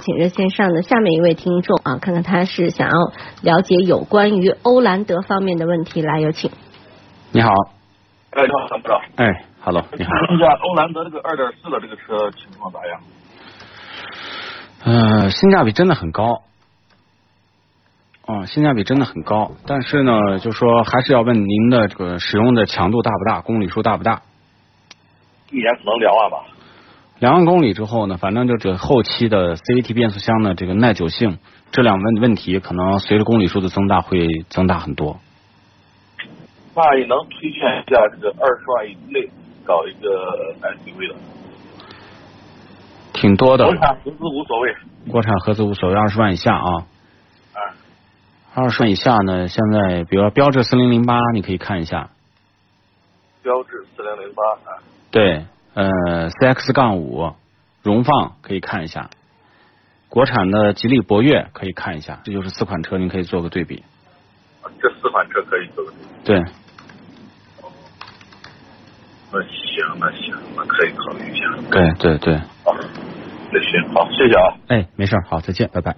请热线上的下面一位听众啊，看看他是想要了解有关于欧蓝德方面的问题。来，有请。你好，哎，你好，张部长。哎，Hello，你好。问一下欧蓝德这个二点四的这个车情况咋样？呃，性价比真的很高，啊、性价比真的很高。但是呢，就说还是要问您的这个使用的强度大不大，公里数大不大？一年可能两万吧。两万公里之后呢，反正就这后期的 CVT 变速箱的这个耐久性、质量问问题，可能随着公里数的增大会增大很多。那也能推荐一下这个二十万以内搞一个 SUV 的，挺多的，国产合资无所谓。国产合资无所谓，二十万以下啊。啊，二十万以下呢，现在比如说标致四零零八，你可以看一下。标致四零零八啊，对，呃，CX 杠五、荣放可以看一下，国产的吉利博越可以看一下，这就是四款车，您可以做个对比。这四款车可以做个对比。对，那行，那行，那可以考虑一下。对对对，好，那行，好，谢谢啊。哎，没事儿，好，再见，拜拜。